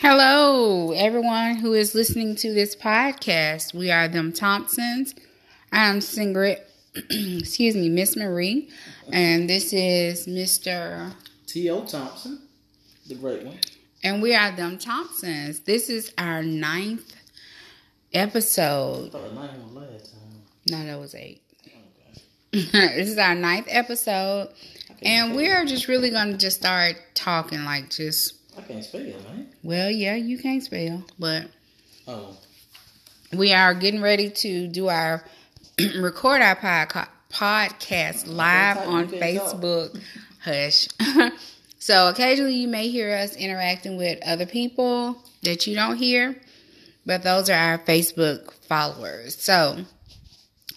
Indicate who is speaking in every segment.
Speaker 1: Hello, everyone who is listening to this podcast. We are them Thompsons. I'm singer, excuse me, Miss Marie, and this is Mr.
Speaker 2: T.O. Thompson, the great one.
Speaker 1: And we are them Thompsons. This is our ninth
Speaker 2: I
Speaker 1: episode.
Speaker 2: thought the name was last time.
Speaker 1: No, that was eight.
Speaker 2: Oh, gosh.
Speaker 1: this is our ninth episode,
Speaker 2: I can't
Speaker 1: and
Speaker 2: spell
Speaker 1: we
Speaker 2: it.
Speaker 1: are just really gonna just start talking like just
Speaker 2: I can't spell it, man.
Speaker 1: well, yeah, you can't spell, but
Speaker 2: Oh,
Speaker 1: we are getting ready to do our record our podca- podcast live
Speaker 2: I thought you
Speaker 1: on
Speaker 2: couldn't talk.
Speaker 1: Facebook. Hush. so occasionally you may hear us interacting with other people that you don't hear, but those are our Facebook followers. So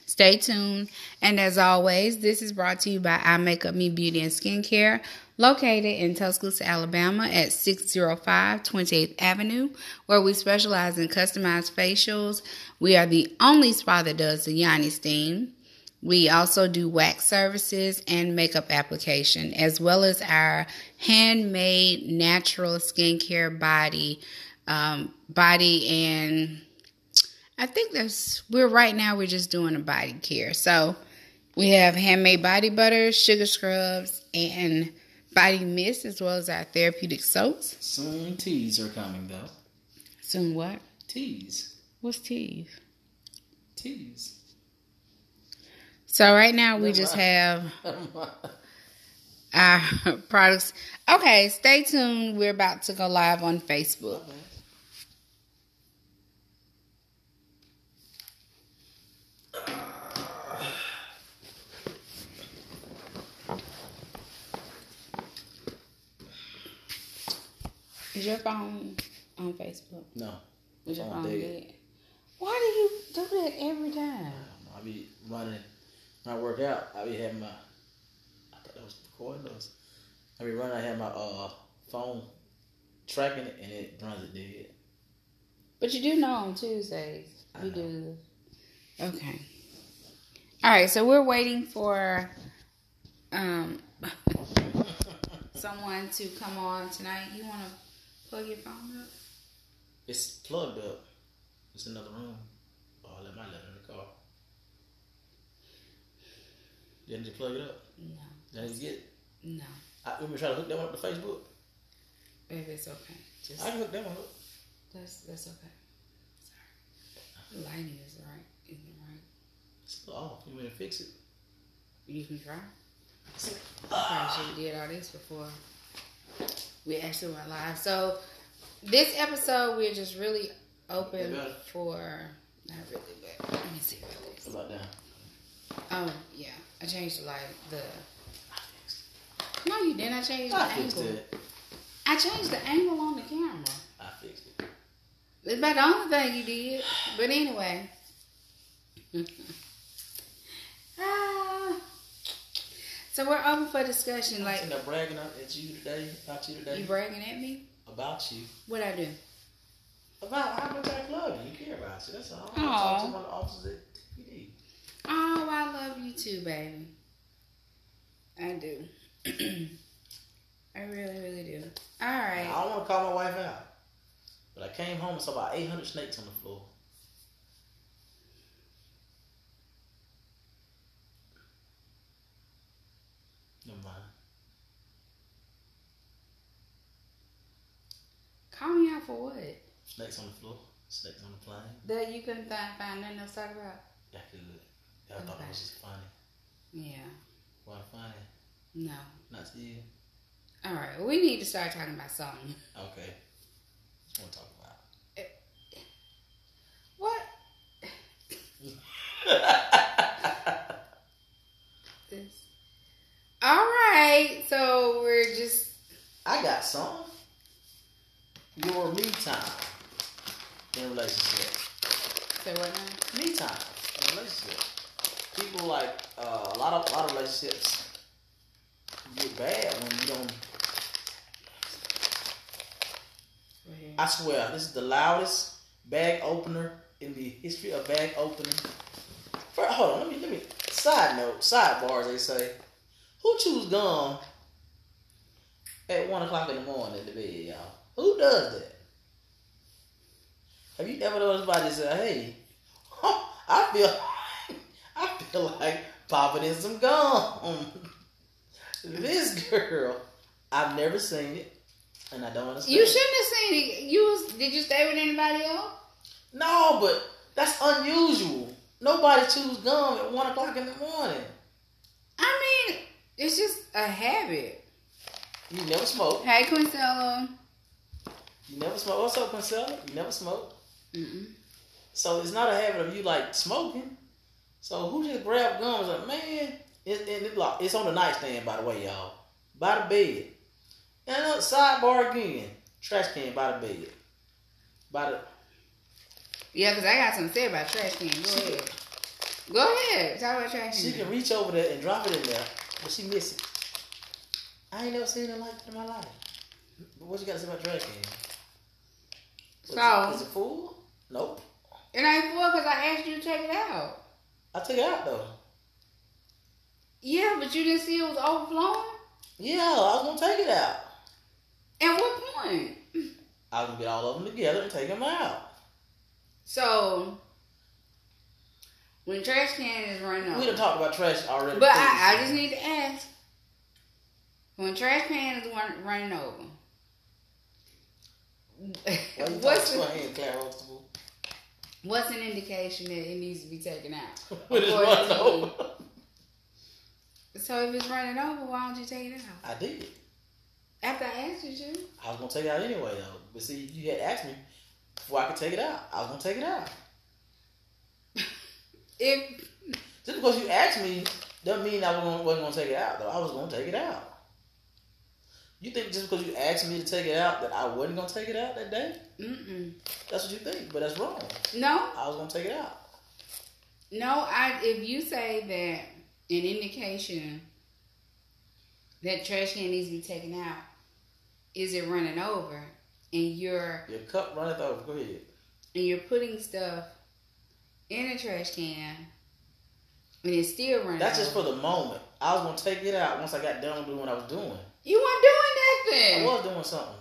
Speaker 1: stay tuned. And as always, this is brought to you by I Makeup Me Beauty and Skincare, located in Tuscaloosa, Alabama at 605 28th Avenue, where we specialize in customized facials. We are the only spa that does the Yanni steam. We also do wax services and makeup application, as well as our handmade natural skincare body, um, body and I think that's we're right now we're just doing a body care. So we have handmade body butters, sugar scrubs, and body mist, as well as our therapeutic soaps.
Speaker 2: soon teas are coming, though.
Speaker 1: Soon what?
Speaker 2: Teas.
Speaker 1: What's teas?
Speaker 2: Teas.
Speaker 1: So right now we
Speaker 2: Never
Speaker 1: just
Speaker 2: mind.
Speaker 1: have
Speaker 2: Never
Speaker 1: our products. Okay, stay tuned. We're about to go live on Facebook. Is your phone on Facebook?
Speaker 2: no.
Speaker 1: Is your
Speaker 2: Oh,
Speaker 1: phone
Speaker 2: dead.
Speaker 1: dead? Why do you do that every time?
Speaker 2: I be running. When I work out, I be having my. I thought that was recording. That was, I be running. I have my uh phone tracking it, and it runs it dead.
Speaker 1: But you do know on Tuesdays.
Speaker 2: I
Speaker 1: You
Speaker 2: know.
Speaker 1: do. Okay. All right, so we're waiting for um someone to come on tonight. You want to plug your phone up?
Speaker 2: It's plugged up. It's in another room. Oh, I left my letter in the car. Didn't you plug it up?
Speaker 1: No,
Speaker 2: Didn't you get it?
Speaker 1: no,
Speaker 2: I, we were trying to hook that one up to Facebook.
Speaker 1: baby, it's okay. Just
Speaker 2: I can hook that one up.
Speaker 1: that's that's okay. Sorry, the lighting is right. Isn't right.
Speaker 2: It's a little off. You want to fix it?
Speaker 1: You can try. Probably should have did all this before we actually went live. So this episode, we're just really open
Speaker 2: Yeah.
Speaker 1: for not really, but let me see about this.
Speaker 2: It's about down.
Speaker 1: Oh yeah, I changed the light. The no, you didn't. I changed the
Speaker 2: I fixed
Speaker 1: angle.
Speaker 2: it.
Speaker 1: I changed the angle on the camera.
Speaker 2: I fixed it.
Speaker 1: It's about the only thing you did. But anyway. ah. So we're open for discussion. Like
Speaker 2: Like, I'm bragging out at you today, about you today,
Speaker 1: you bragging at me?
Speaker 2: about you.
Speaker 1: What I do?
Speaker 2: About how much I love you. You care about you. That's all. I
Speaker 1: Aw.
Speaker 2: talked to one of the officers at TPD.
Speaker 1: Oh, I love you too, baby. I do. I really, really do. All
Speaker 2: I
Speaker 1: right.
Speaker 2: don't want to call my wife out. But I came home and saw about 800 snakes on the floor. Never mind.
Speaker 1: Call me out for what?
Speaker 2: Snakes on the floor. Snakes on the plane.
Speaker 1: That you couldn't find, find nothing else to talk about?
Speaker 2: Yeah, I could. Yeah, I thought it was just funny.
Speaker 1: Yeah.
Speaker 2: Why funny?
Speaker 1: No.
Speaker 2: Not to you.
Speaker 1: All right. Well, we need to start talking about something.
Speaker 2: Okay. What want to talk about?
Speaker 1: What?
Speaker 2: I
Speaker 1: This. All right. So we're just.
Speaker 2: got some. Your me time in relationships.
Speaker 1: Say what now?
Speaker 2: Me time in relationships. People like uh, a lot of a lot of relationships get bad when you don't.
Speaker 1: Right here.
Speaker 2: I swear this is the loudest bag opener in the history of bag opening. First, hold on, let me let me. Side note, sidebars. They say, who chews gum at one o'clock in the morning at the bed, y'all? Who does that? Have you ever noticed somebody say, "Hey, huh, I feel, I feel like popping in some gum." this girl, I've never seen it, and I don't understand.
Speaker 1: You shouldn't have seen it. You was, did you stay with anybody else?
Speaker 2: No, but that's unusual. Nobody chews gum at one o'clock in the morning.
Speaker 1: I mean, it's just a habit.
Speaker 2: You never smoke.
Speaker 1: Hey, Quincella.
Speaker 2: You never smoke. What's up, Marcella? You never smoke.
Speaker 1: Mm-mm.
Speaker 2: So it's not a habit of you like smoking. So who just grabbed gum? and was like, man, it, it, it, like, it's on the nightstand, by the way, y'all. By the bed. And up sidebar again. Trash can by the bed. By the
Speaker 1: Yeah, because I got something to say about trash can. Go ahead. Go ahead. Talk about trash
Speaker 2: she
Speaker 1: can.
Speaker 2: can reach over there and drop it in there, but she miss it. I ain't never seen nothing like that in my life. But what you got to say about trash can? Was
Speaker 1: So-
Speaker 2: it, is it full? Nope.
Speaker 1: It ain't full because I asked you to take it out.
Speaker 2: I took it out though.
Speaker 1: Yeah, but you didn't see it was overflowing?
Speaker 2: Yeah, I was gonna take it out.
Speaker 1: At what point?
Speaker 2: I was gonna get all of them together and take them out.
Speaker 1: So, when trash can is running
Speaker 2: We
Speaker 1: over.
Speaker 2: done talked about trash already.
Speaker 1: But I, I just need to ask. When trash can is run, running over.
Speaker 2: previously. Why you
Speaker 1: what's,
Speaker 2: talking to
Speaker 1: the,
Speaker 2: a hand, Claire Huxtable?
Speaker 1: what's an indication that it needs to be taken out?
Speaker 2: When it's
Speaker 1: According
Speaker 2: running
Speaker 1: to
Speaker 2: over.
Speaker 1: So if it's running over, why don't you take it out?
Speaker 2: I did.
Speaker 1: After I asked you to.
Speaker 2: I was gonna take it out anyway though. But see, you had asked me before I could take it out. I was gonna take it out.
Speaker 1: If
Speaker 2: Just because you asked me doesn't mean I wasn't, wasn't gonna take it out though. I was gonna take it out. You think just because you asked me to take it out that I wasn't gonna take it out that day?
Speaker 1: mm-mm.
Speaker 2: That's what you think, but that's wrong.
Speaker 1: no,
Speaker 2: I was gonna take it out.
Speaker 1: no, I if you say that an indication that trash can needs to be taken out is it running over and you're
Speaker 2: Your cup runneth over. Go ahead.
Speaker 1: and you're putting stuff in a trash can and it's still running.
Speaker 2: That's just
Speaker 1: over.
Speaker 2: for the moment. I was gonna take it out once I got done doing what I was doing.
Speaker 1: you weren't doing
Speaker 2: I
Speaker 1: nothing.
Speaker 2: was doing something.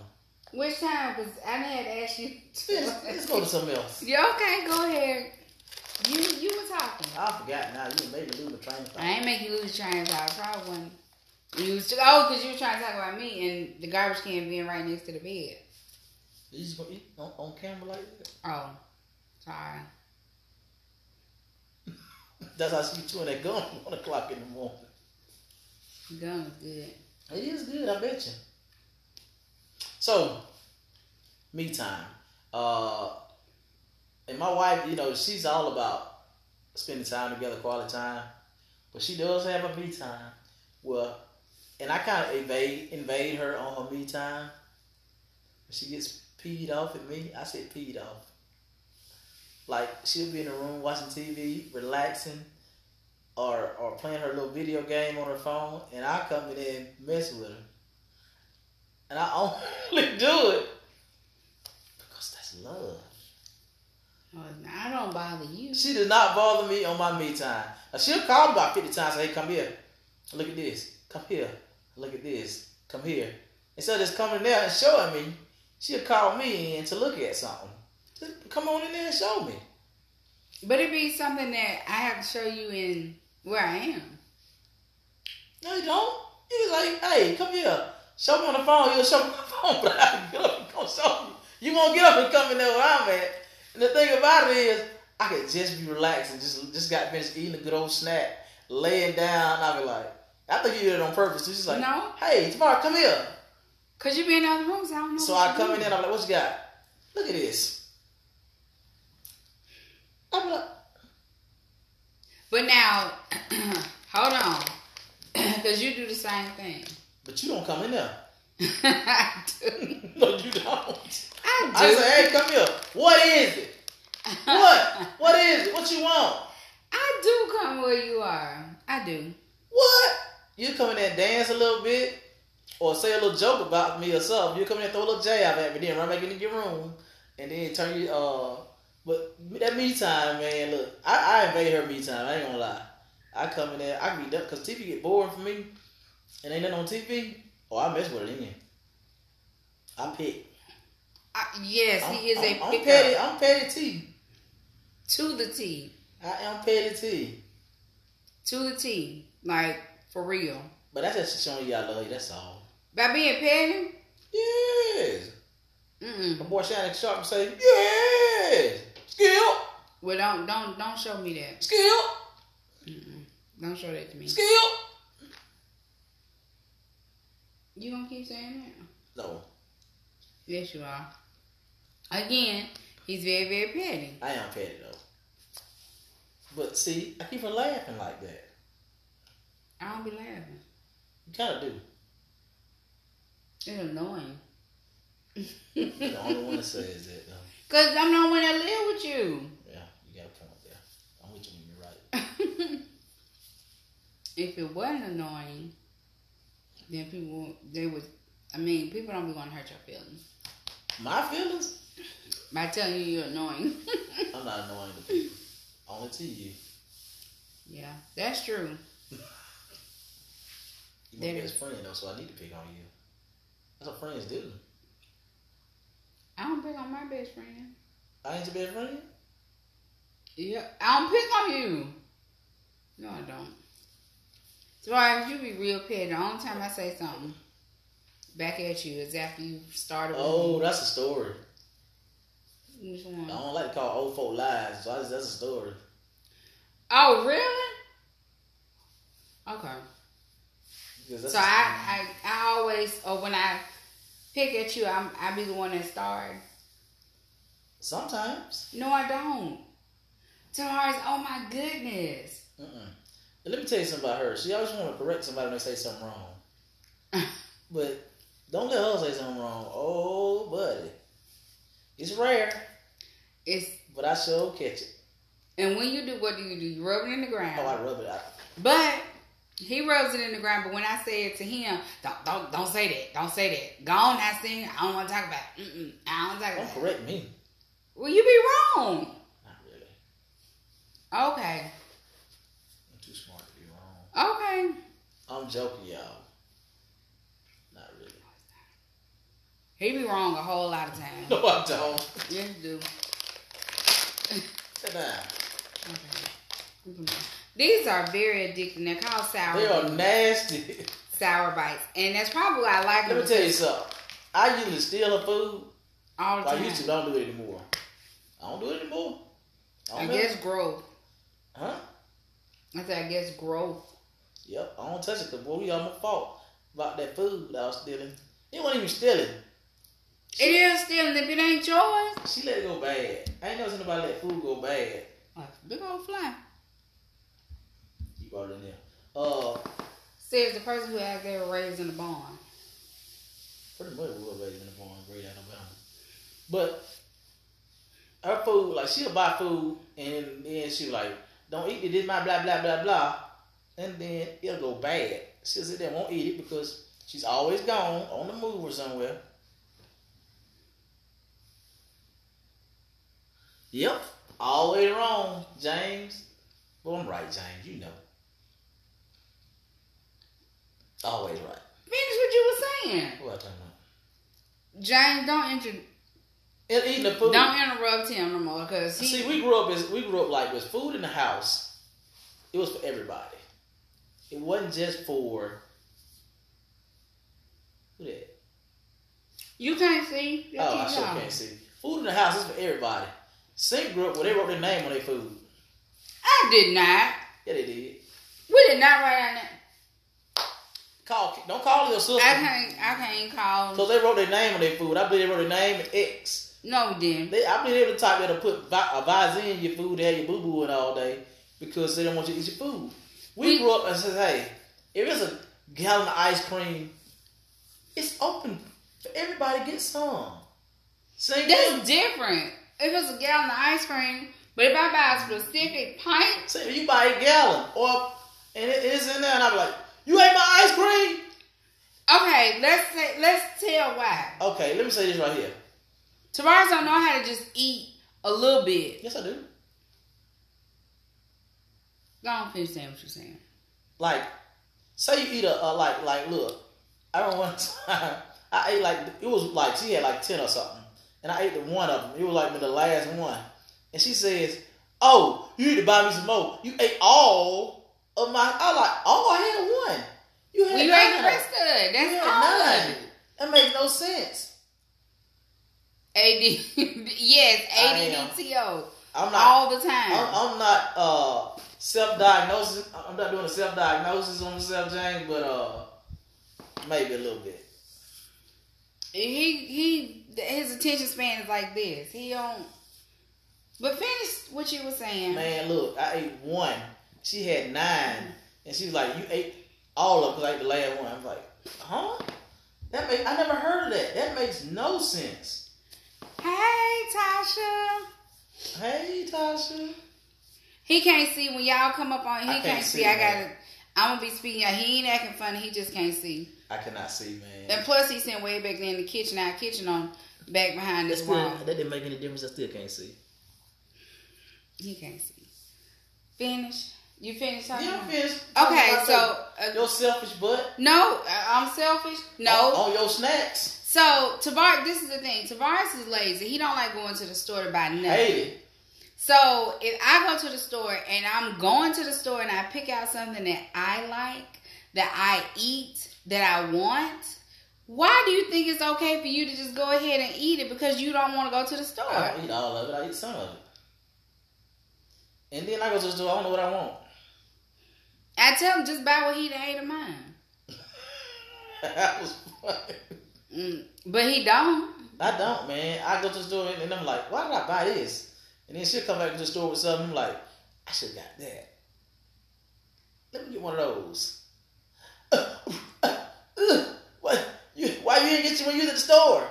Speaker 1: Which time? Because I had asked you.
Speaker 2: Let's, let's go to something else.
Speaker 1: yeah, okay, go ahead. You you were talking.
Speaker 2: I forgot now. You made me lose the train of
Speaker 1: I
Speaker 2: thought.
Speaker 1: ain't make you lose your train of thought. I probably wouldn't. You was oh, because you were trying to talk about me and the garbage can being right next to the bed.
Speaker 2: You just gonna eat on, on camera like that?
Speaker 1: Oh, sorry.
Speaker 2: That's how she chewing that gum at one o'clock in the morning.
Speaker 1: Gum is good.
Speaker 2: It is good, I bet you. So, me time. Uh, and my wife, you know, she's all about spending time together, quality time. But she does have a me time. Well, and I kind of invade invade her on her me time. When she gets peed off at me, I said peed off. Like she'll be in the room watching TV, relaxing, or or playing her little video game on her phone, and I come in there and mess with her. And I only do it because that's love.
Speaker 1: Oh, it's not- I don't bother you.
Speaker 2: She does not bother me on my me time. Now, she'll call me about 50 times, say, hey, come here. Look at this. Come here. Look at this. Come here. Instead of just coming there and showing me, she'll call me in to look at something. Just come on in there and show me.
Speaker 1: But it be something that I have to show you in where I am.
Speaker 2: No, you don't. He's like, hey, come here. Show me on the phone. You'll show me on the phone, but I get up and come show you. You won't get up and come in there where I'm at. And the thing about it is, I could just be relaxing. Just just got finished eating a good old snack, laying down. I'll be like, I think you did it on purpose. She's like,
Speaker 1: No.
Speaker 2: hey, tomorrow, come here.
Speaker 1: Cause you be in the other rooms. I don't know.
Speaker 2: So
Speaker 1: what
Speaker 2: I
Speaker 1: you
Speaker 2: come in
Speaker 1: do.
Speaker 2: there and I'm like, what you got? Look at this. I'm like,
Speaker 1: But now, hold on, because you do the same thing.
Speaker 2: but you don't come in there.
Speaker 1: I do.
Speaker 2: no, you don't.
Speaker 1: I do.
Speaker 2: I say, hey, come here. What is it? What? What is it? What you want?
Speaker 1: I do come where you are. I do.
Speaker 2: What? You come in there and dance a little bit, or say a little joke about me or something. You come in there and throw a little jab at me, then run back into your room, and then turn you. Uh, but that me time, man. Look, I, I invade her me time. I ain't gonna lie. I come in there. I can be done because TV get boring for me, and ain't nothing on TV. Oh, I mess with it again. I pick.
Speaker 1: Uh, yes,
Speaker 2: I'm,
Speaker 1: he is a
Speaker 2: I'm- I'm petty.
Speaker 1: picker
Speaker 2: I'm petty T.
Speaker 1: to the T,
Speaker 2: I am petty T.
Speaker 1: to the T, like for real.
Speaker 2: But that's just showing you I love you. That's all.
Speaker 1: By being petty,
Speaker 2: Yes. My
Speaker 1: mm.
Speaker 2: boy Shannon Sharp say yes. Skill,
Speaker 1: Well, don't don't don't show me that.
Speaker 2: skill,
Speaker 1: Don't show that to me.
Speaker 2: skill.
Speaker 1: You gonna keep saying that?
Speaker 2: No,
Speaker 1: Yes, you are. Again, he's very very petty.
Speaker 2: I am petty though. But see, I keep on laughing like that.
Speaker 1: I don't be laughing.
Speaker 2: You gotta do.
Speaker 1: It's annoying.
Speaker 2: You're the only one that says that though.
Speaker 1: Cause I'm not one that live with you.
Speaker 2: Yeah, you got a point there. I'm with you when you're right.
Speaker 1: if it wasn't annoying, then people they would. I mean, people don't be gonna hurt your feelings
Speaker 2: My feelings?
Speaker 1: by telling you you're annoying.
Speaker 2: I'm not annoying to people. Only to you.
Speaker 1: yeah, that's true.
Speaker 2: You my
Speaker 1: That
Speaker 2: best friend though, so I need to pick on you. That's what friends do.
Speaker 1: I don't pick on my best friend.
Speaker 2: I ain't your best friend.
Speaker 1: Yeah, I don't pick on you. No, I don't. So why you be real petty? The only time I say something back at you is after you started. with
Speaker 2: Oh,
Speaker 1: me.
Speaker 2: that's a story.
Speaker 1: Which
Speaker 2: I
Speaker 1: one?
Speaker 2: don't like to call old folk lies, so that's, that's a story.
Speaker 1: Oh, really? Okay.
Speaker 2: Because that's
Speaker 1: So I, I, I always, or when I pick at you, I'm, I be the one that starts.
Speaker 2: sometimes.
Speaker 1: No, I don't. Tara's, oh my goodness.
Speaker 2: Mm-mm. Let me tell you something about her. She always want to correct somebody when they say something wrong. But don't let her say something wrong. Oh, buddy. It's rare,
Speaker 1: It's
Speaker 2: but I sure catch it.
Speaker 1: and when you do, what do you do? You rub it in the ground.
Speaker 2: Oh, I rub it out.
Speaker 1: But he rubs it in the ground. But when I say it to him, don't don't, don't say that. Don't say that. Go on, that thing. I don't want to talk about. It. Mm-mm, I don't talk
Speaker 2: Don't
Speaker 1: about. It.
Speaker 2: correct me.
Speaker 1: Well, you be wrong.
Speaker 2: Not really.
Speaker 1: Okay.
Speaker 2: I'm too smart to be wrong.
Speaker 1: Okay.
Speaker 2: I'm joking, y'all. Not really.
Speaker 1: He be wrong a whole lot of times.
Speaker 2: No, I don't.
Speaker 1: yes, you do.
Speaker 2: Sit down.
Speaker 1: Okay. These are very addicting. They're called sour
Speaker 2: They are nasty.
Speaker 1: sour bites, and that's probably why I like
Speaker 2: Let
Speaker 1: them
Speaker 2: me tell you something. I usually steal her food.
Speaker 1: all the
Speaker 2: but
Speaker 1: time.
Speaker 2: I used to don't do it anymore. I don't do it anymore. I,
Speaker 1: I
Speaker 2: don't
Speaker 1: guess growth.
Speaker 2: Huh?
Speaker 1: I said I guess growth.
Speaker 2: Yep. I don't touch it because boy, we almost fought about that food that I was stealing. It wasn't even stealing.
Speaker 1: It is stealing if it ain't yours.
Speaker 2: She let it go bad. I ain't never seen nobody let food go bad.
Speaker 1: Like, big old fly.
Speaker 2: You brought it in there. Uh,
Speaker 1: Says the person who has their raised in the barn.
Speaker 2: pretty much we were raised in the barn, great Alabama. But her food, like she'll buy food and then she was like, "Don't eat it. This my blah blah blah blah," and then it'll go bad. She'll sit there and won't eat it because she's always gone on the move or somewhere. Yep, always wrong, James. Well, I'm right, James. You know, always right.
Speaker 1: Finish what you were saying.
Speaker 2: What I talking about?
Speaker 1: James, don't inter-
Speaker 2: And eating the food.
Speaker 1: don't interrupt him no more because he
Speaker 2: See, we grew up as we grew up like with food in the house. It was for everybody. It wasn't just for who that?
Speaker 1: you can't see. You
Speaker 2: Oh, I
Speaker 1: keep
Speaker 2: sure
Speaker 1: talking.
Speaker 2: can't see. Food in the house is for everybody. Sink grew up where they wrote their name on their food.
Speaker 1: I did not.
Speaker 2: Yeah, they did.
Speaker 1: We did not write our name.
Speaker 2: Call don't call your sister
Speaker 1: I can't. I can't call.
Speaker 2: because they wrote their name on their food. I believe they wrote their name and X.
Speaker 1: No, we didn't.
Speaker 2: They, I believe they were the type that'll put vi- a vise in your food, have your boo boo in all day because they don't want you to eat your food. We
Speaker 1: We-
Speaker 2: grew up and says, hey, if it's a gallon of ice cream, it's open for everybody to get some. Same
Speaker 1: That's
Speaker 2: thing.
Speaker 1: different. If it's a gallon of ice cream, but if I buy a specific pint,
Speaker 2: Same, if you buy a gallon or and it is in there, and I'm like, you ate my ice cream.
Speaker 1: okay, let's say let's tell why.
Speaker 2: Okay, let me say this right here.
Speaker 1: Tavares don't know how to just eat a little bit.
Speaker 2: Yes, I do.
Speaker 1: Go on, finish saying what you're saying.
Speaker 2: Like, say you eat a, a like like look, I don't want. I ate like it was like she had like ten or something, and I ate the one of them. It was like the last one. And she says, "Oh, you need to buy me some more. You ate all of my." I like, "Oh, I had one. You had
Speaker 1: Well, you
Speaker 2: none.
Speaker 1: ate the rest of it.
Speaker 2: You
Speaker 1: That's all
Speaker 2: had
Speaker 1: of
Speaker 2: none.
Speaker 1: it.
Speaker 2: That makes no sense.
Speaker 1: AD, yes,
Speaker 2: I am.
Speaker 1: ADDTO
Speaker 2: I'm not.
Speaker 1: all the
Speaker 2: I'm,
Speaker 1: time.
Speaker 2: I'm not uh self-diagnosis. I'm not doing a self-diagnosis on myself, James, but uh maybe a little bit.
Speaker 1: He he, his attention span is like this. He don't. But finish what you were saying.
Speaker 2: Man, look, I ate one. She had nine, and she was like, "You ate all of it, like the last one." I'm like, "Huh? That make I never heard of that. That makes no sense."
Speaker 1: Hey Tasha,
Speaker 2: Hey, Tasha.
Speaker 1: he can't see when y'all come up on. He
Speaker 2: I
Speaker 1: can't,
Speaker 2: can't
Speaker 1: see.
Speaker 2: see,
Speaker 1: I
Speaker 2: man.
Speaker 1: gotta. I'm gonna be speaking. He ain't acting funny. He just can't see.
Speaker 2: I cannot see, man.
Speaker 1: And plus, he's sitting way back there in the kitchen. Our kitchen on back behind
Speaker 2: That's
Speaker 1: this
Speaker 2: still-
Speaker 1: wall.
Speaker 2: that didn't make any difference. I still can't see.
Speaker 1: He can't see. Finish. You finished talking.
Speaker 2: Yeah, I'm finished.
Speaker 1: Okay,
Speaker 2: Talking about
Speaker 1: so
Speaker 2: your-
Speaker 1: uh,
Speaker 2: your selfish butt.
Speaker 1: no, I- I'm selfish. No.
Speaker 2: on, on your snacks.
Speaker 1: So Tavares, this is the thing. Tavares is lazy. He don't like going to the store to buy nothing.
Speaker 2: Hate it.
Speaker 1: So if I go to the store and I'm going to the store and I pick out something that I like, that I eat, that I want, why do you think it's okay for you to just go ahead and eat it because you don't want to go to the store?
Speaker 2: I don't eat all of it. I eat some of it. And then I go to the store. I don't know what I want.
Speaker 1: I tell him just buy what he done ate of mine,
Speaker 2: that was funny.
Speaker 1: Mm, but he don't.
Speaker 2: I don't, man. I go to the store and, and I'm like, why did I buy this? And then she'll come back to the store with something. I'm like, I should have got that. Let me get one of those. Uh, what? You, why you didn't get you when you was at the store?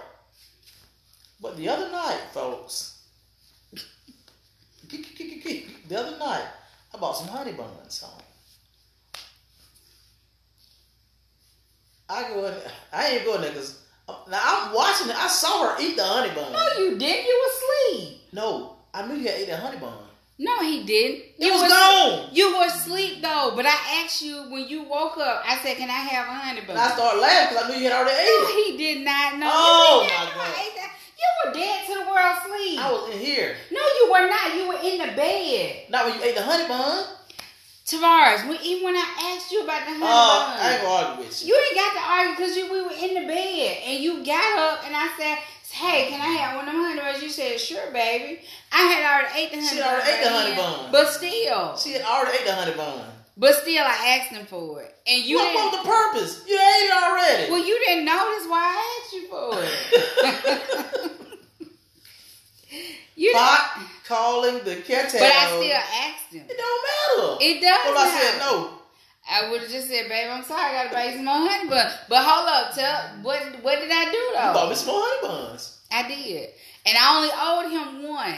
Speaker 2: But the other night, folks, the other night, I bought some honey buns home. I go in, I ain't going there because now I'm watching it. I saw her eat the honey bun.
Speaker 1: No, you didn't. You were asleep.
Speaker 2: No, I knew you had ate that honey bun.
Speaker 1: No, he didn't.
Speaker 2: It
Speaker 1: You
Speaker 2: was
Speaker 1: were-
Speaker 2: gone.
Speaker 1: You were asleep though, but I asked you when you woke up. I said, "Can I have a honey bun?"
Speaker 2: And I started laughing because I knew you had already
Speaker 1: No,
Speaker 2: ate it.
Speaker 1: he did not know.
Speaker 2: Oh,
Speaker 1: you did not
Speaker 2: my
Speaker 1: know.
Speaker 2: God.
Speaker 1: He said, You were dead to the world sleep.
Speaker 2: I was in here.
Speaker 1: No, you were not. You were in the bed.
Speaker 2: Not when you ate the honey bun.
Speaker 1: Tavares, when, even when I asked you about the honey
Speaker 2: Uh,
Speaker 1: bun,
Speaker 2: I ain't gonna argue with you.
Speaker 1: you ain't got to argue because you, we were in the bed and you got up and I said, hey, can I have one of them honey buns? You said, sure, baby. I had already ate the honey
Speaker 2: She
Speaker 1: bun
Speaker 2: already ate the
Speaker 1: by
Speaker 2: honey
Speaker 1: then,
Speaker 2: bun.
Speaker 1: But still,
Speaker 2: She had already ate the honey bun.
Speaker 1: but still, I asked him for it. And you
Speaker 2: what
Speaker 1: didn't,
Speaker 2: was the purpose? You ate it already.
Speaker 1: well, you didn't notice why I asked you for it. you didn't-
Speaker 2: Not calling the caretaker.
Speaker 1: But I still asked him.
Speaker 2: It don't matter.
Speaker 1: It does.
Speaker 2: Well,
Speaker 1: not.
Speaker 2: I said no.
Speaker 1: I would have just said, "Babe, I'm sorry. I gotta buy you some more honey bun." But hold up, tell what what did I do
Speaker 2: You bought
Speaker 1: though?
Speaker 2: me some more honey buns.
Speaker 1: I did, and I only owed him one,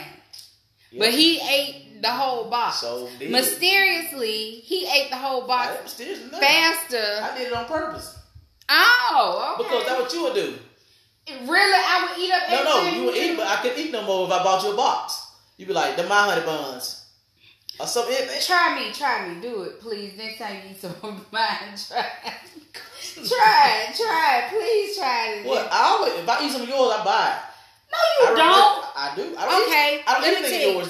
Speaker 1: but he ate the whole box.
Speaker 2: So did.
Speaker 1: Mysteriously, he ate the whole
Speaker 2: I
Speaker 1: box
Speaker 2: am serious enough.
Speaker 1: faster.
Speaker 2: I did it on purpose
Speaker 1: Oh, okay.
Speaker 2: because that's what you would do.
Speaker 1: really, I would eat up.
Speaker 2: No, no,
Speaker 1: everything
Speaker 2: you would eat, but I couldn't eat no more if I bought you a box. You'd be like, the my honey buns. Or eh, something. It-
Speaker 1: Try me, try me, do it, please. Next time you eat some of mine, try, try, it, try, it. please try it.
Speaker 2: What? I always, if I eat some of yours, I buy it.
Speaker 1: No, you
Speaker 2: I
Speaker 1: don't.
Speaker 2: I do. I don't
Speaker 1: Okay,
Speaker 2: Eat,
Speaker 1: let
Speaker 2: I don't
Speaker 1: me
Speaker 2: eat anything
Speaker 1: tell you.
Speaker 2: of yours,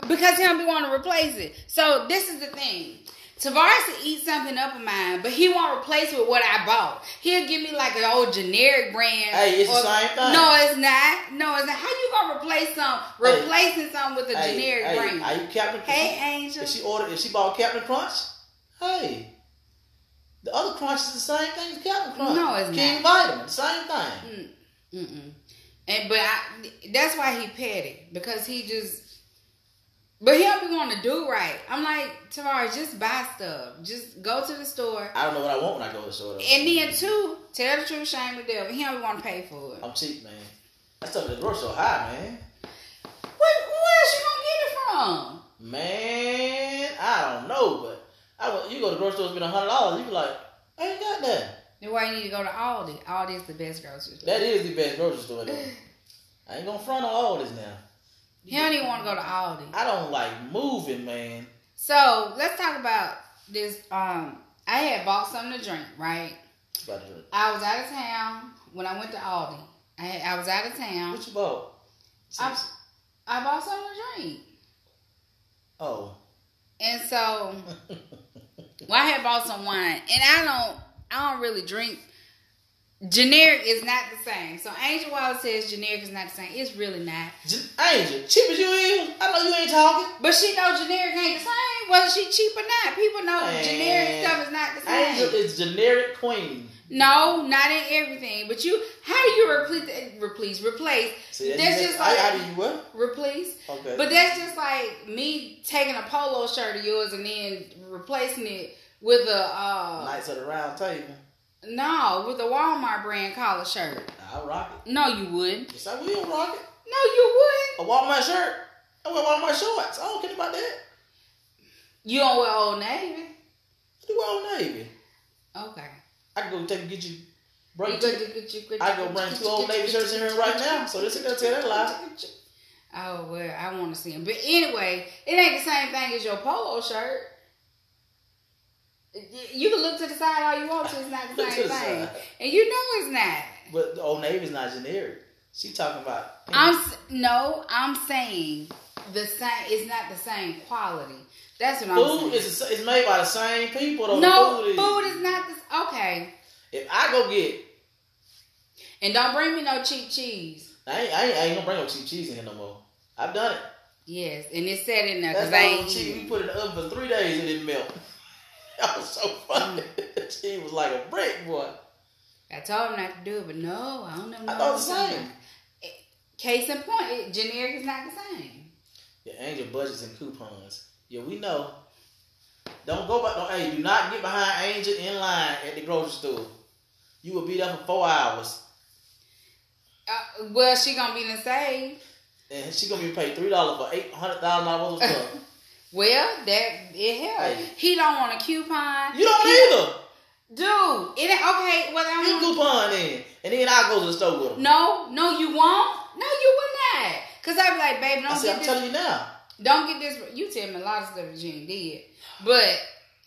Speaker 2: though.
Speaker 1: because he don't be wanting to replace it. So this is the thing. Tavares will eat something up of mine, but he won't replace it with what I bought. He'll give me like an old generic brand.
Speaker 2: Hey, it's the same thing.
Speaker 1: No, it's not. No, it's not. How you gonna replace some
Speaker 2: Hey.
Speaker 1: replacing some with a generic
Speaker 2: hey,
Speaker 1: brand?
Speaker 2: Are you Captain
Speaker 1: hey,
Speaker 2: if she-
Speaker 1: Angel.
Speaker 2: If she ordered, if she bought Captain Crunch, hey. The other crunch is the same thing as Captain Crunch.
Speaker 1: No, it's
Speaker 2: King Vitamin, same thing.
Speaker 1: Mm, Mm-mm. And but I, that's why he petty because he just. But he don't be wanting to do right. I'm like Tavares, just buy stuff. Just go to the store.
Speaker 2: I don't know what I want when I go to the store, though.
Speaker 1: And then too, tell the truth, shame the devil. He don't want to pay for it. What,
Speaker 2: I'm cheap, man. That stuff at the grocery store high, man.
Speaker 1: where else you gonna get it from?
Speaker 2: Man, I don't know, but I went- you go to the grocery store, it's been a hundred dollars. You be like, I ain't got that.
Speaker 1: Then why you need to go to Aldi? Aldi is the best grocery store.
Speaker 2: That is the best grocery store. Though. I ain't gonna front on all this now.
Speaker 1: He don't even want to go to Aldi.
Speaker 2: I don't like moving, man.
Speaker 1: So let's talk about this. Um, I had bought something to drink, right?
Speaker 2: About to-
Speaker 1: I was out of town when I went to Aldi. I, I was out of town.
Speaker 2: What you bought?
Speaker 1: I'm-
Speaker 2: Since-
Speaker 1: I bought someone a drink.
Speaker 2: oh.
Speaker 1: And so, well, I had bought some wine, and I don't, I don't really drink. Generic is not the same. So Angel Wild says generic is not the same. It's really not.
Speaker 2: J- Angel, cheap as you is, I know you ain't talking.
Speaker 1: But she know generic ain't the same, whether she cheap or not. People know
Speaker 2: Man.
Speaker 1: generic stuff is not the same.
Speaker 2: Angel is generic queen.
Speaker 1: no, not in everything. But you, how do you replace, replace, replace,
Speaker 2: See, that-
Speaker 1: That's just
Speaker 2: I,
Speaker 1: like-
Speaker 2: I, do you what?
Speaker 1: replace?
Speaker 2: Okay.
Speaker 1: But that's just like me taking a polo shirt of yours and then replacing it with a uh,
Speaker 2: Knights of the Round Table.
Speaker 1: No, with a Walmart brand collar shirt.
Speaker 2: I rock
Speaker 1: No, you wouldn't.
Speaker 2: it. Yes, I will rock it.
Speaker 1: No, you wouldn't.
Speaker 2: A Walmart shirt. I wear Walmart shorts. I don't care about that.
Speaker 1: You don't wear Old Navy.
Speaker 2: I do Old Navy.
Speaker 1: Okay.
Speaker 2: I can go take and get you.
Speaker 1: You go-
Speaker 2: Bring two,
Speaker 1: you go- you go-
Speaker 2: I go bring two Old Navy shirts in here right now. So this is gonna tell that lie.
Speaker 1: Oh well, I want to see them. But anyway, it ain't the same thing as your polo shirt. Y- You can look to the side all you want to. It's not the
Speaker 2: Look to
Speaker 1: same
Speaker 2: the
Speaker 1: thing,
Speaker 2: side.
Speaker 1: and you know it's not.
Speaker 2: But the Old Navy's not generic. She talking about.
Speaker 1: I'm s- no, I'm saying the same. It's not the same quality. That's what I'm saying.
Speaker 2: Food is, is made by the same people though.
Speaker 1: no,
Speaker 2: food is.
Speaker 1: not the okay.
Speaker 2: If I go get,
Speaker 1: And don't bring me no cheap cheese.
Speaker 2: I ain't, I ain't, I ain't gonna bring no cheap cheese in here no more. I've done it.
Speaker 1: Yes, and it's said in there
Speaker 2: That's
Speaker 1: because
Speaker 2: the
Speaker 1: I
Speaker 2: only
Speaker 1: ain't
Speaker 2: cheese we
Speaker 1: eating.
Speaker 2: put in the oven for three days and it melt. That was so funny. The
Speaker 1: Mm.
Speaker 2: cheese was like a brick, boy.
Speaker 1: I told him not to do it, but no, I don't know.
Speaker 2: I
Speaker 1: no,
Speaker 2: thought the
Speaker 1: something.
Speaker 2: same.
Speaker 1: It- Case in point, it, generic is not the same.
Speaker 2: Your angel budgets and coupons. Yeah, we know. Don't go back. Don't, hey, do not get behind Angel in line at the grocery store. You will be there for four hours,
Speaker 1: Uh, well, she gonna be in the same.
Speaker 2: and she gonna be paid three dollars for eight hundred thousand dollars worth of stuff.
Speaker 1: Well, that it helped.
Speaker 2: Hey.
Speaker 1: He don't want a coupon.
Speaker 2: You don't
Speaker 1: He-
Speaker 2: either.
Speaker 1: dude. It ain't- okay. Well, I
Speaker 2: You
Speaker 1: don't.
Speaker 2: coupon then, and then I go to the store with them.
Speaker 1: No, no, you won't. No, you would not. Cause I'd be like, baby, don't
Speaker 2: I
Speaker 1: get
Speaker 2: said, I'm
Speaker 1: this
Speaker 2: telling you now.
Speaker 1: Don't get this. You tell me a lot of stuff Virginia did, but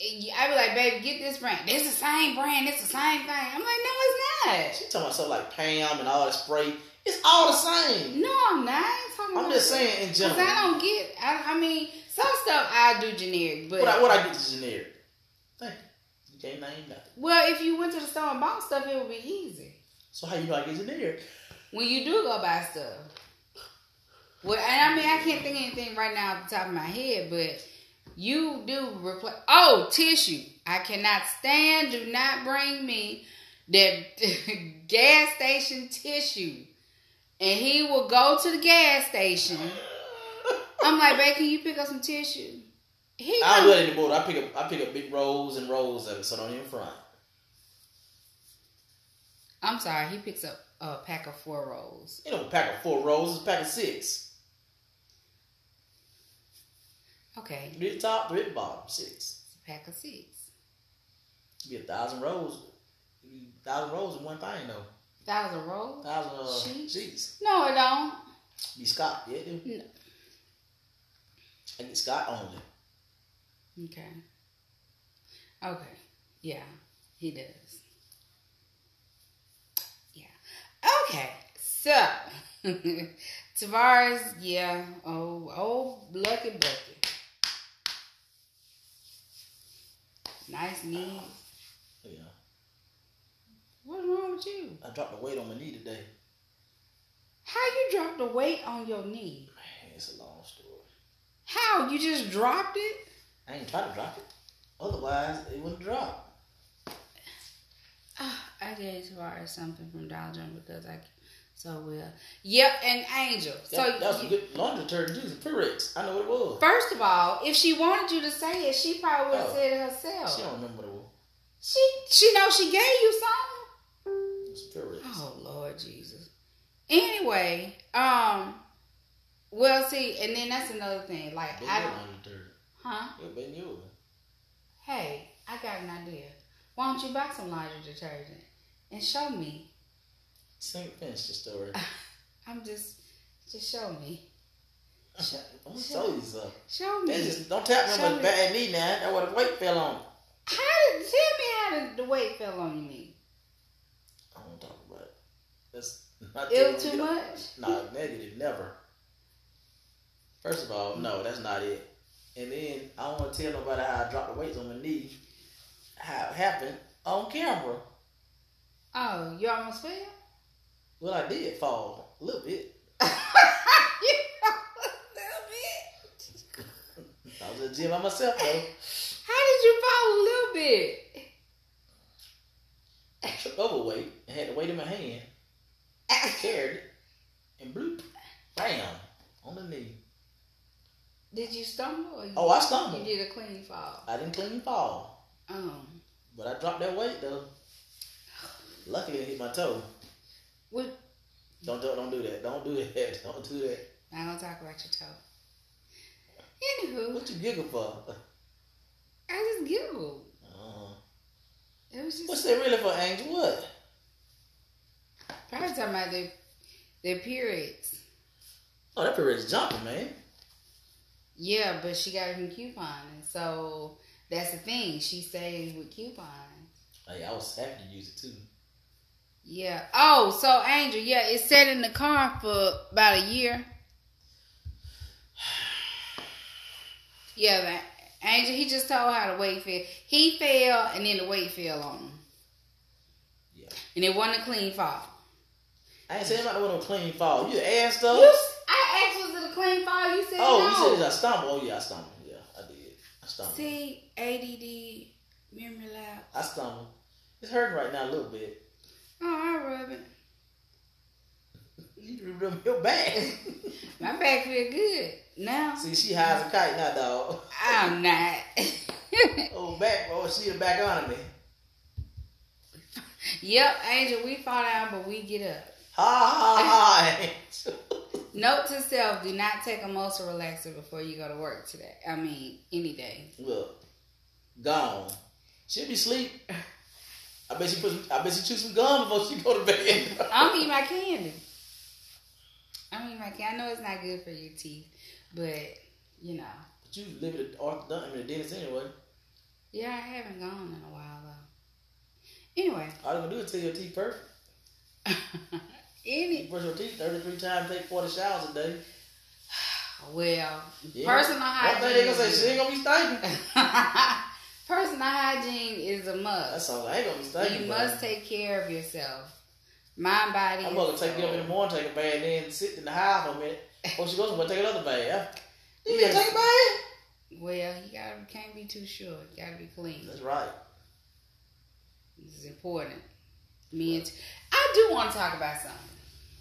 Speaker 1: I be like, baby, get this brand. It's the same brand. It's the same thing. I'm like, no, it's
Speaker 2: She talking about stuff like Pam and all that spray. It's all the same.
Speaker 1: not. No, I'm not. I ain't talking
Speaker 2: I'm
Speaker 1: about
Speaker 2: just
Speaker 1: that.
Speaker 2: saying in
Speaker 1: Cause
Speaker 2: general.
Speaker 1: I don't get. I, I mean, some stuff I do generic, but
Speaker 2: What I, what I get is generic. Thank you. You can't name nothing.
Speaker 1: well, if you went to the store and bought stuff, it would be easy.
Speaker 2: So how you know I get generic?
Speaker 1: When you do go buy stuff, well, and I mean, I can't think of anything right now off the top of my head, but you do replace. Oh, tissue! I cannot stand. Do not bring me that gas station tissue. And he will go to the gas station. I'm like, babe, can you pick up some tissue? He
Speaker 2: I
Speaker 1: come-
Speaker 2: don't do it anymore. I pick up I pick up big rolls and rolls of it, so don't even front.
Speaker 1: I'm sorry, he picks up a pack of four rolls.
Speaker 2: You know, a pack of four rolls is a pack of six.
Speaker 1: Okay,
Speaker 2: Three at the top, three at the bottom, six.
Speaker 1: it's a pack of six.
Speaker 2: You get a thousand rolls. Thousand rolls in one thing though.
Speaker 1: Thousand rolls?
Speaker 2: Thousand uh,
Speaker 1: Sheets?
Speaker 2: sheets.
Speaker 1: No, it don't.
Speaker 2: Be Scott, yeah. it do.
Speaker 1: No.
Speaker 2: I get Scott only.
Speaker 1: Okay. Okay. Yeah, he does. Yeah. Okay. So Tavares, yeah. Oh, oh, lucky bucket. Nice knee.
Speaker 2: You know,
Speaker 1: What's wrong with you?
Speaker 2: I dropped the weight on my knee today.
Speaker 1: How you dropped the weight on your knee?
Speaker 2: Man, it's a long story.
Speaker 1: How you just dropped it?
Speaker 2: I ain't try to drop it. Otherwise, it wouldn't drop.
Speaker 1: Ah, I gave Tavares something from Dollar General because I so well. Yep, and Angel.
Speaker 2: That,
Speaker 1: so
Speaker 2: that was
Speaker 1: you-
Speaker 2: some good laundry detergent too. Some Purex. I know what it was.
Speaker 1: First of all, if she wanted you to say it, she probably would have
Speaker 2: Oh.
Speaker 1: said it herself.
Speaker 2: She don't remember what it was.
Speaker 1: She she knows she gave you something.
Speaker 2: It was Purex.
Speaker 1: Oh Lord Jesus. Anyway, um, well, see, and then that's another thing. Like
Speaker 2: Been
Speaker 1: I
Speaker 2: your
Speaker 1: don't,
Speaker 2: laundry detergent.
Speaker 1: huh?
Speaker 2: It been yours.
Speaker 1: Hey, I got an idea. Why don't you buy some laundry detergent and show me?
Speaker 2: Same finish the story.
Speaker 1: I'm just, just show me. Show,
Speaker 2: I'm so these up.
Speaker 1: show me.
Speaker 2: That's just don't tap me
Speaker 1: Show
Speaker 2: on
Speaker 1: me.
Speaker 2: my bad knee now. That what the weight fell on.
Speaker 1: How did tell me how the, the weight fell on you?
Speaker 2: I don't wanna talk about it. That's Not
Speaker 1: It was
Speaker 2: till-
Speaker 1: too much.
Speaker 2: No, negative, never. First of all, no, that's not it. And then I don't want to tell nobody how I dropped the weights on my knee, how it happened on camera.
Speaker 1: Oh, you almost fell?
Speaker 2: Well, I did fall a little bit.
Speaker 1: you almost fell, bitch.
Speaker 2: I was at the gym by myself though,
Speaker 1: How did you fall a little bit?
Speaker 2: tripped overweight, and had the weight in my hand, carried it, and bloop, bam, on the knee.
Speaker 1: did you stumble or you,
Speaker 2: Oh, I
Speaker 1: you
Speaker 2: stumbled.
Speaker 1: did a clean fall?
Speaker 2: I didn't clean fall,
Speaker 1: Um,
Speaker 2: but I dropped that weight though. Luckily, it hit my toe.
Speaker 1: what?
Speaker 2: Don't do, don't do that. Don't do that. Don't do that.
Speaker 1: I don't talk about your toe. Anywho,
Speaker 2: What you giggle for?
Speaker 1: I just giggled.
Speaker 2: Uh,
Speaker 1: It was just
Speaker 2: what's that really for, Angel? What?
Speaker 1: probably talking about their their periods.
Speaker 2: Oh, that period is jumping, man.
Speaker 1: Yeah, but she got it from coupon, and so that's the thing. She stays with coupon.
Speaker 2: Like, Oh, I was happy to use it too.
Speaker 1: Yeah. Oh, so Angel, yeah, it sat in the car for about a year. Yeah, that Angel, he just told how the weight fell. He fell, and then the weight fell on him.
Speaker 2: Yeah.
Speaker 1: And it wasn't a clean fall.
Speaker 2: I ain't saying about no clean fall. You ass though.
Speaker 1: You, s- I asked, was it a clean fall? You said
Speaker 2: oh,
Speaker 1: no.
Speaker 2: you said I stumbled. Oh yeah, I stumbled. Yeah, I did. I stumbled.
Speaker 1: See, ADD, memory lapse.
Speaker 2: I stumbled. It's hurting right now a little bit.
Speaker 1: Oh, I rub it.
Speaker 2: You remember your back.
Speaker 1: My back feel good now.
Speaker 2: See, she hides a kite now, dog.
Speaker 1: I'm not.
Speaker 2: Oh, back, boy. She the back on me.
Speaker 1: yep, Angel, we fall down, but we get up.
Speaker 2: Ha ha ha.
Speaker 1: Note to self: Do not take a muscle relaxer before you go to work today. I mean, any day.
Speaker 2: Look, gone. She'll be asleep. I bet she put. Some, I bet she chew some gum before she go to bed.
Speaker 1: I don't eat my candy. I don't eat my candy. I know it's not good for your teeth, but you know,
Speaker 2: But you live at the orthodontist, I mean, the dentist anyway.
Speaker 1: yeah, I haven't gone in a while though. Anyway,
Speaker 2: All they gonna do is tell your teeth perfect. You
Speaker 1: any
Speaker 2: brush your teeth thirty-three times, take forty showers a day.
Speaker 1: well,
Speaker 2: Yeah.
Speaker 1: personal
Speaker 2: One
Speaker 1: hygiene.
Speaker 2: thing they gonna say,
Speaker 1: is-
Speaker 2: she ain't gonna be stinking.
Speaker 1: personal hygiene is a must.
Speaker 2: That's all. I ain't gonna be stinking.
Speaker 1: you
Speaker 2: but
Speaker 1: must take care of yourself, mind, body.
Speaker 2: I'm
Speaker 1: and
Speaker 2: gonna take you up in
Speaker 1: soul.
Speaker 2: the morning, take a bath, and then sit in the house for a minute. Or she goes somewhere, take another bath. You
Speaker 1: Listen.
Speaker 2: didn't take a bath.
Speaker 1: Well, you gotta can't be too sure. You gotta be clean.
Speaker 2: That's right.
Speaker 1: This is important. Me and I do want to talk about something.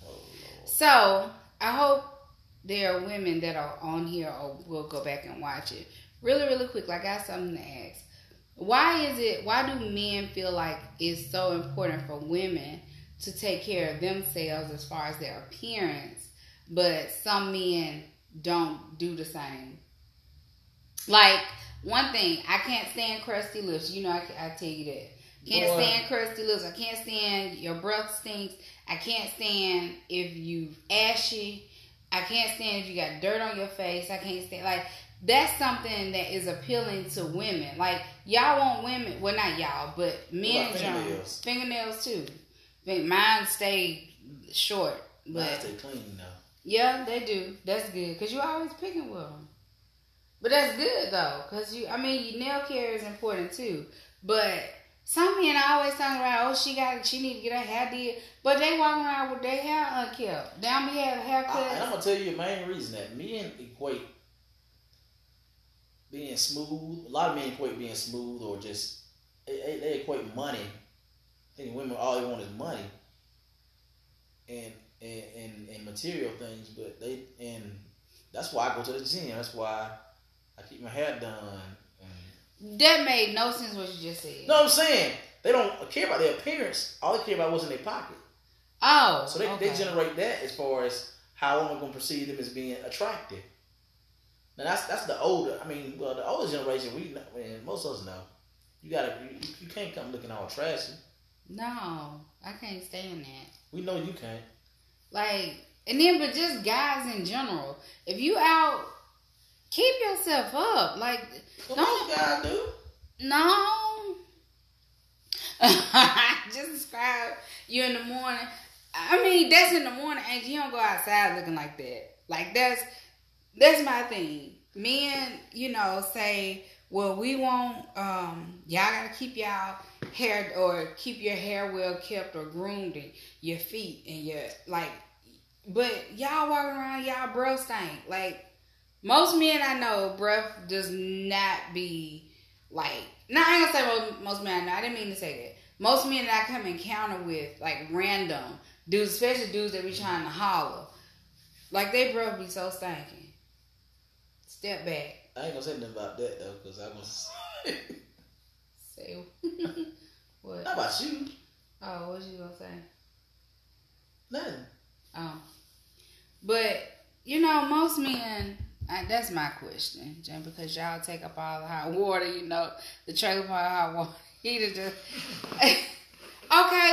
Speaker 2: Oh, Lord.
Speaker 1: So I hope there are women that are on here or will go back and watch it really, really quick. Like I got something to ask. Why is it? Why do men feel like it's so important for women to take care of themselves as far as their appearance, but some men don't do the same? Like one thing, I can't stand crusty lips. You know, I, I tell you that. Can't
Speaker 2: Boy.
Speaker 1: stand crusty lips. I can't stand your breath stinks. I can't stand if you ashy. I can't stand if you got dirt on your face. I can't stand like that's something that is appealing to women. Like y'all want women, well not y'all, but men
Speaker 2: What about
Speaker 1: in general.
Speaker 2: fingernails?
Speaker 1: fingernails too. Fin- Mine stay short,
Speaker 2: But I
Speaker 1: but
Speaker 2: stay clean though.
Speaker 1: yeah, they do. That's good because you always picking with them. But that's good though, cause you. I mean, your nail care is important too. But some men are always talking about, oh, she got, she need to get her hair did. But they walking around with their hair unkept. Down we have
Speaker 2: I, and I'm
Speaker 1: haircuts.
Speaker 2: gonna tell you the main reason that men equate being smooth. A lot of men equate being smooth or just they, they, they equate money. I think women all they want is money and and, and and material things, but they and that's why I go to the gym. That's why I keep my hair done. And,
Speaker 1: That made no sense what you just said.
Speaker 2: you know what I'm saying? They don't care about their appearance. All they care about what's in their pocket.
Speaker 1: Oh,
Speaker 2: So they,
Speaker 1: okay.
Speaker 2: they generate that as far as how I'm going to perceive them as being attractive. Now that's that's the older. I mean, well, the older generation we know, and most of us know. You gotta you, you can't come looking all trashy.
Speaker 1: no, I can't stand that.
Speaker 2: We know you can't.
Speaker 1: Like, and then but just guys in general. If you out, keep yourself up. Like,
Speaker 2: But
Speaker 1: No.
Speaker 2: what you gotta do?
Speaker 1: No. just describe you in the morning. I mean, that's in the morning, and you don't go outside looking like that. Like that's that's my thing. Men, you know, say, well, we want um, y'all gotta keep y'all hair or keep your hair well kept or groomed and your feet and your like. But y'all walking around, y'all breath stink. Like most men I know, breath does not be like. No, I ain't gonna say most, most men I know. I didn't mean to say that most men that I come encounter with, like random dudes, especially dudes that be trying to holler, like they breath be so stinking. Step back.
Speaker 2: I ain't gonna say nothing about that though, cause I was
Speaker 1: Say what?
Speaker 2: not about you,
Speaker 1: Oh, what you gonna say?
Speaker 2: nothing.
Speaker 1: Oh, but you know, most men. I, that's my question, Jen, because y'all take up all the hot water. You know, the trailer park hot water heater just. okay,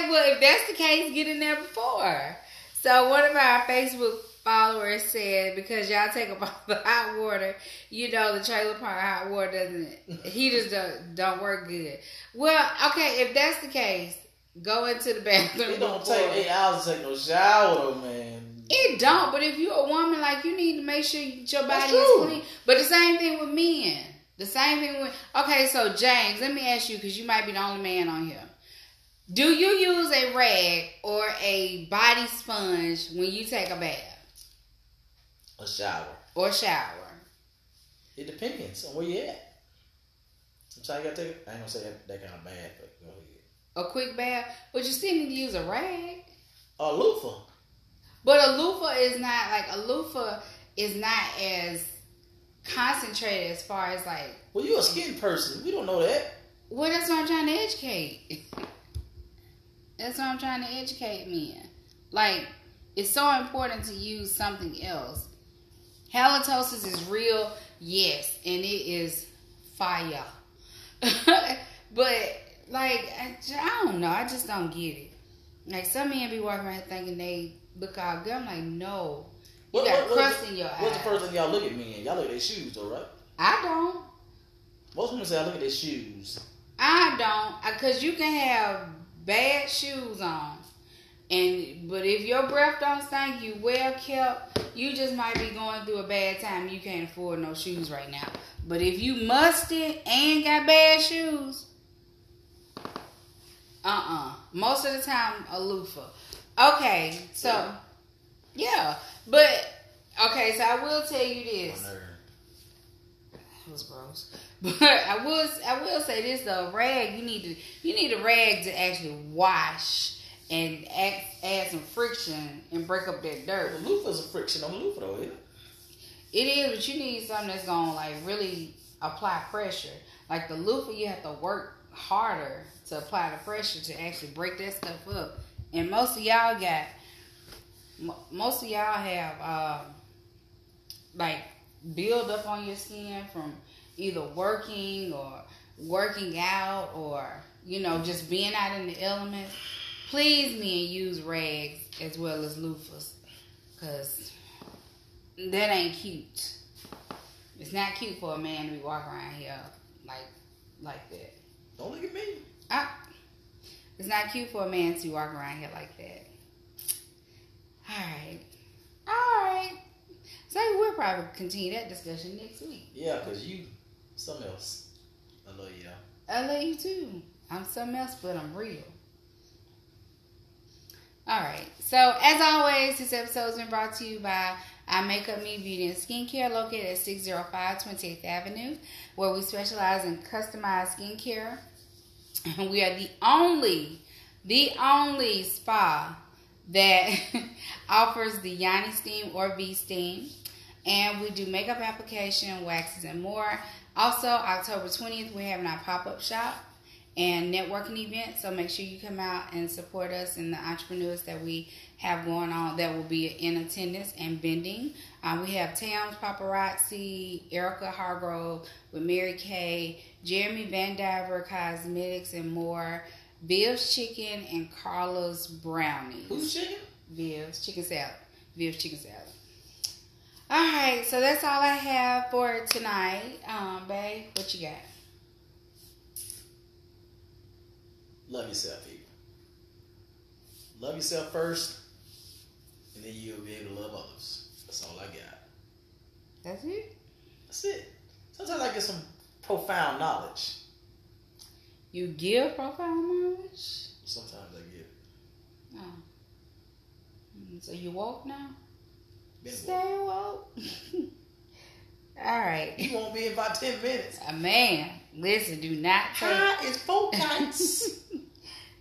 Speaker 1: well, if that's the case, get in there before. So one of our Facebook followers said because y'all take up all the hot water, you know, the trailer park hot water doesn't heaters don't don't work good. Well, okay, if that's the case, go into the bathroom.
Speaker 2: It don't
Speaker 1: before.
Speaker 2: take eight hours to take no shower, man.
Speaker 1: It don't, but if you're a woman, like you need to make sure that your
Speaker 2: That's
Speaker 1: body is
Speaker 2: true.
Speaker 1: clean. But the same thing with men. The same thing with okay. So James, let me ask you because you might be the only man on here. Do you use a rag or a body sponge when you take a bath
Speaker 2: a shower.
Speaker 1: or shower?
Speaker 2: It depends on where you at. Sometimes you gotta take. I ain't gonna say that, that kind of bad, but go ahead.
Speaker 1: A quick bath, but you still need to use a rag.
Speaker 2: A loofah.
Speaker 1: But a loofah is not like a loofah is not as concentrated as far as like.
Speaker 2: Well, you a skin person. We don't know that.
Speaker 1: Well, that's what I'm trying to educate. that's what I'm trying to educate men. Like, it's so important to use something else. Halitosis is real, yes, and it is fire. but, like, I, j- I don't know. I just don't get it. Like, some men be walking around thinking they look all good. I'm like, no. You
Speaker 2: What-
Speaker 1: got
Speaker 2: what- what's
Speaker 1: crust in your
Speaker 2: What's the
Speaker 1: eye.
Speaker 2: first thing y'all look at me in? Y'all look at their shoes, though, right?
Speaker 1: I don't.
Speaker 2: Most women say I look at their shoes.
Speaker 1: I don't, because you can have bad shoes on, and but if your breath don't stink, you well kept, you just might be going through a bad time. You can't afford no shoes right now. But if you musty and got bad shoes, uh uh most of the time a loofah. Okay, so yeah, but okay, so I will tell you this.
Speaker 2: My nerve.
Speaker 1: It was gross. But I was I will say this though, rag you need to you need a rag to actually wash and add, add some friction and break up that
Speaker 2: Well,
Speaker 1: dirt.
Speaker 2: loofah's a friction on the loofah, though, isn't it?
Speaker 1: It is, but you need something that's gonna like really apply pressure. Like the loofah, you have to work harder to apply the pressure to actually break that stuff up. And most of y'all got, mo- most of y'all have um, like build up on your skin from either working or working out or you know just being out in the elements. Please, men, use rags as well as loofahs, cause that ain't cute. It's not cute for a man to be walking around here like like that.
Speaker 2: Don't look at me.
Speaker 1: I, it's not cute for a man to walk around here like that. Alright. Alright. So we'll probably continue that discussion next week.
Speaker 2: Yeah, because you, something else. I love you. though.
Speaker 1: I love you too. I'm something else, but I'm real. Alright. So as always, this episode has been brought to you by I Makeup Me Beauty and Skincare located at 605 28th Avenue, where we specialize in customized skincare. And we are the only, the only spa that offers the Yanni Steam or V Steam. And we do makeup application, waxes, and more. Also, October 20th, we're having our pop up shop and networking event. So make sure you come out and support us and the entrepreneurs that we have going on that will be in attendance and bending. Um, we have Tams Paparazzi, Erica Hargrove with Mary Kay, Jeremy Van Diver Cosmetics and more, Bill's Chicken and Carla's Brownies.
Speaker 2: Who's chicken?
Speaker 1: Viv's chicken salad. Viv's chicken salad. All right, so that's all I have for tonight. Um, babe, what you got?
Speaker 2: Love yourself, people. Love yourself first. and then you'll be able to love others. That's all I got.
Speaker 1: That's it.
Speaker 2: That's it. Sometimes I get some profound knowledge.
Speaker 1: You give profound knowledge.
Speaker 2: Sometimes I get
Speaker 1: Oh. Mm, So you woke now.
Speaker 2: been woke.
Speaker 1: Stay woke. All right,
Speaker 2: You won't be in about ten minutes.
Speaker 1: a man. Listen, do not take.
Speaker 2: High is four nights.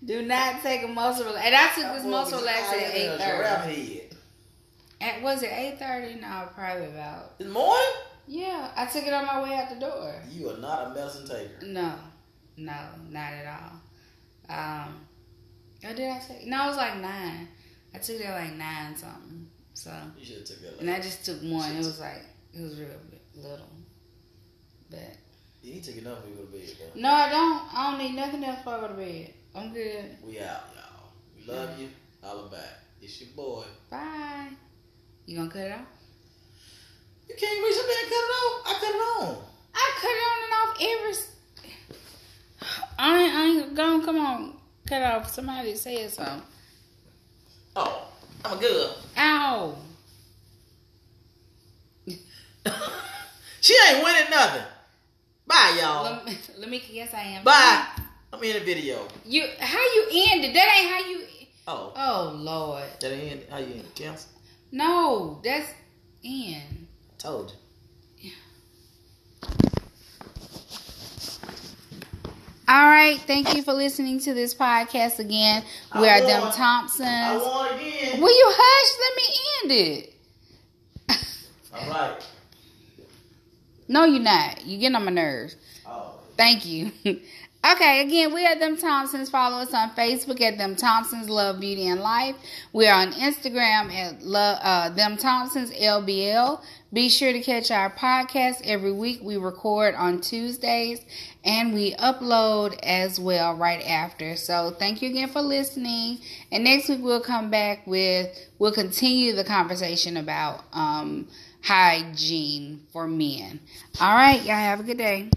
Speaker 1: do not take a muscle relax. And I took this
Speaker 2: That
Speaker 1: muscle
Speaker 2: boy was
Speaker 1: relax
Speaker 2: higher
Speaker 1: at
Speaker 2: than
Speaker 1: eight
Speaker 2: a
Speaker 1: thirty.
Speaker 2: giraffe head.
Speaker 1: At was it eight thirty? No, probably about.
Speaker 2: This morning,
Speaker 1: Yeah, I took it on my way out the door.
Speaker 2: you are not a medicine taker.
Speaker 1: No, no, not at all. Um, or did I say? No, it was like nine. I took it at like nine something. So,
Speaker 2: You should have took that.
Speaker 1: and
Speaker 2: Later.
Speaker 1: I just took one. It was like it was real little, but.
Speaker 2: You need to take enough. We go to bed, bro.
Speaker 1: No, I don't. I don't need nothing else before I go to bed. I'm good.
Speaker 2: We out, y'all. We love you. Holla back. It's your boy.
Speaker 1: Bye. You gonna cut it off?
Speaker 2: You can't reach up there and cut it off. I cut it on.
Speaker 1: I cut it on and off every. s- I ain't, I ain't gonna come on. Cut off. Somebody said something.
Speaker 2: Oh, I'm a good.
Speaker 1: Ow.
Speaker 2: she ain't winning nothing. Bye, y'all.
Speaker 1: Let me, let me yes I am.
Speaker 2: Bye. I'm in the video.
Speaker 1: You how you ended? That ain't how you.
Speaker 2: Oh,
Speaker 1: Oh Lord.
Speaker 2: that ain't how you end. Cancel.
Speaker 1: No, that's end.
Speaker 2: Told you.
Speaker 1: All right. Thank you for listening to this podcast again. We
Speaker 2: I
Speaker 1: are Dumb
Speaker 2: won.
Speaker 1: Thompsons.
Speaker 2: won again.
Speaker 1: Will you hush? Let me end it.
Speaker 2: All right.
Speaker 1: No, you're not. You're getting on my nerves.
Speaker 2: Oh.
Speaker 1: Thank you. okay, again, we are Them Thompsons. Follow us on Facebook at Them Thompsons Love, Beauty, and Life. We are on Instagram at Love, uh, Them Thompsons LBL. Be sure to catch our podcast every week. We record on Tuesdays and we upload as well right after. So thank you again for listening. And next week we'll come back with, we'll continue the conversation about um, hygiene for men. All right, y'all have a good day.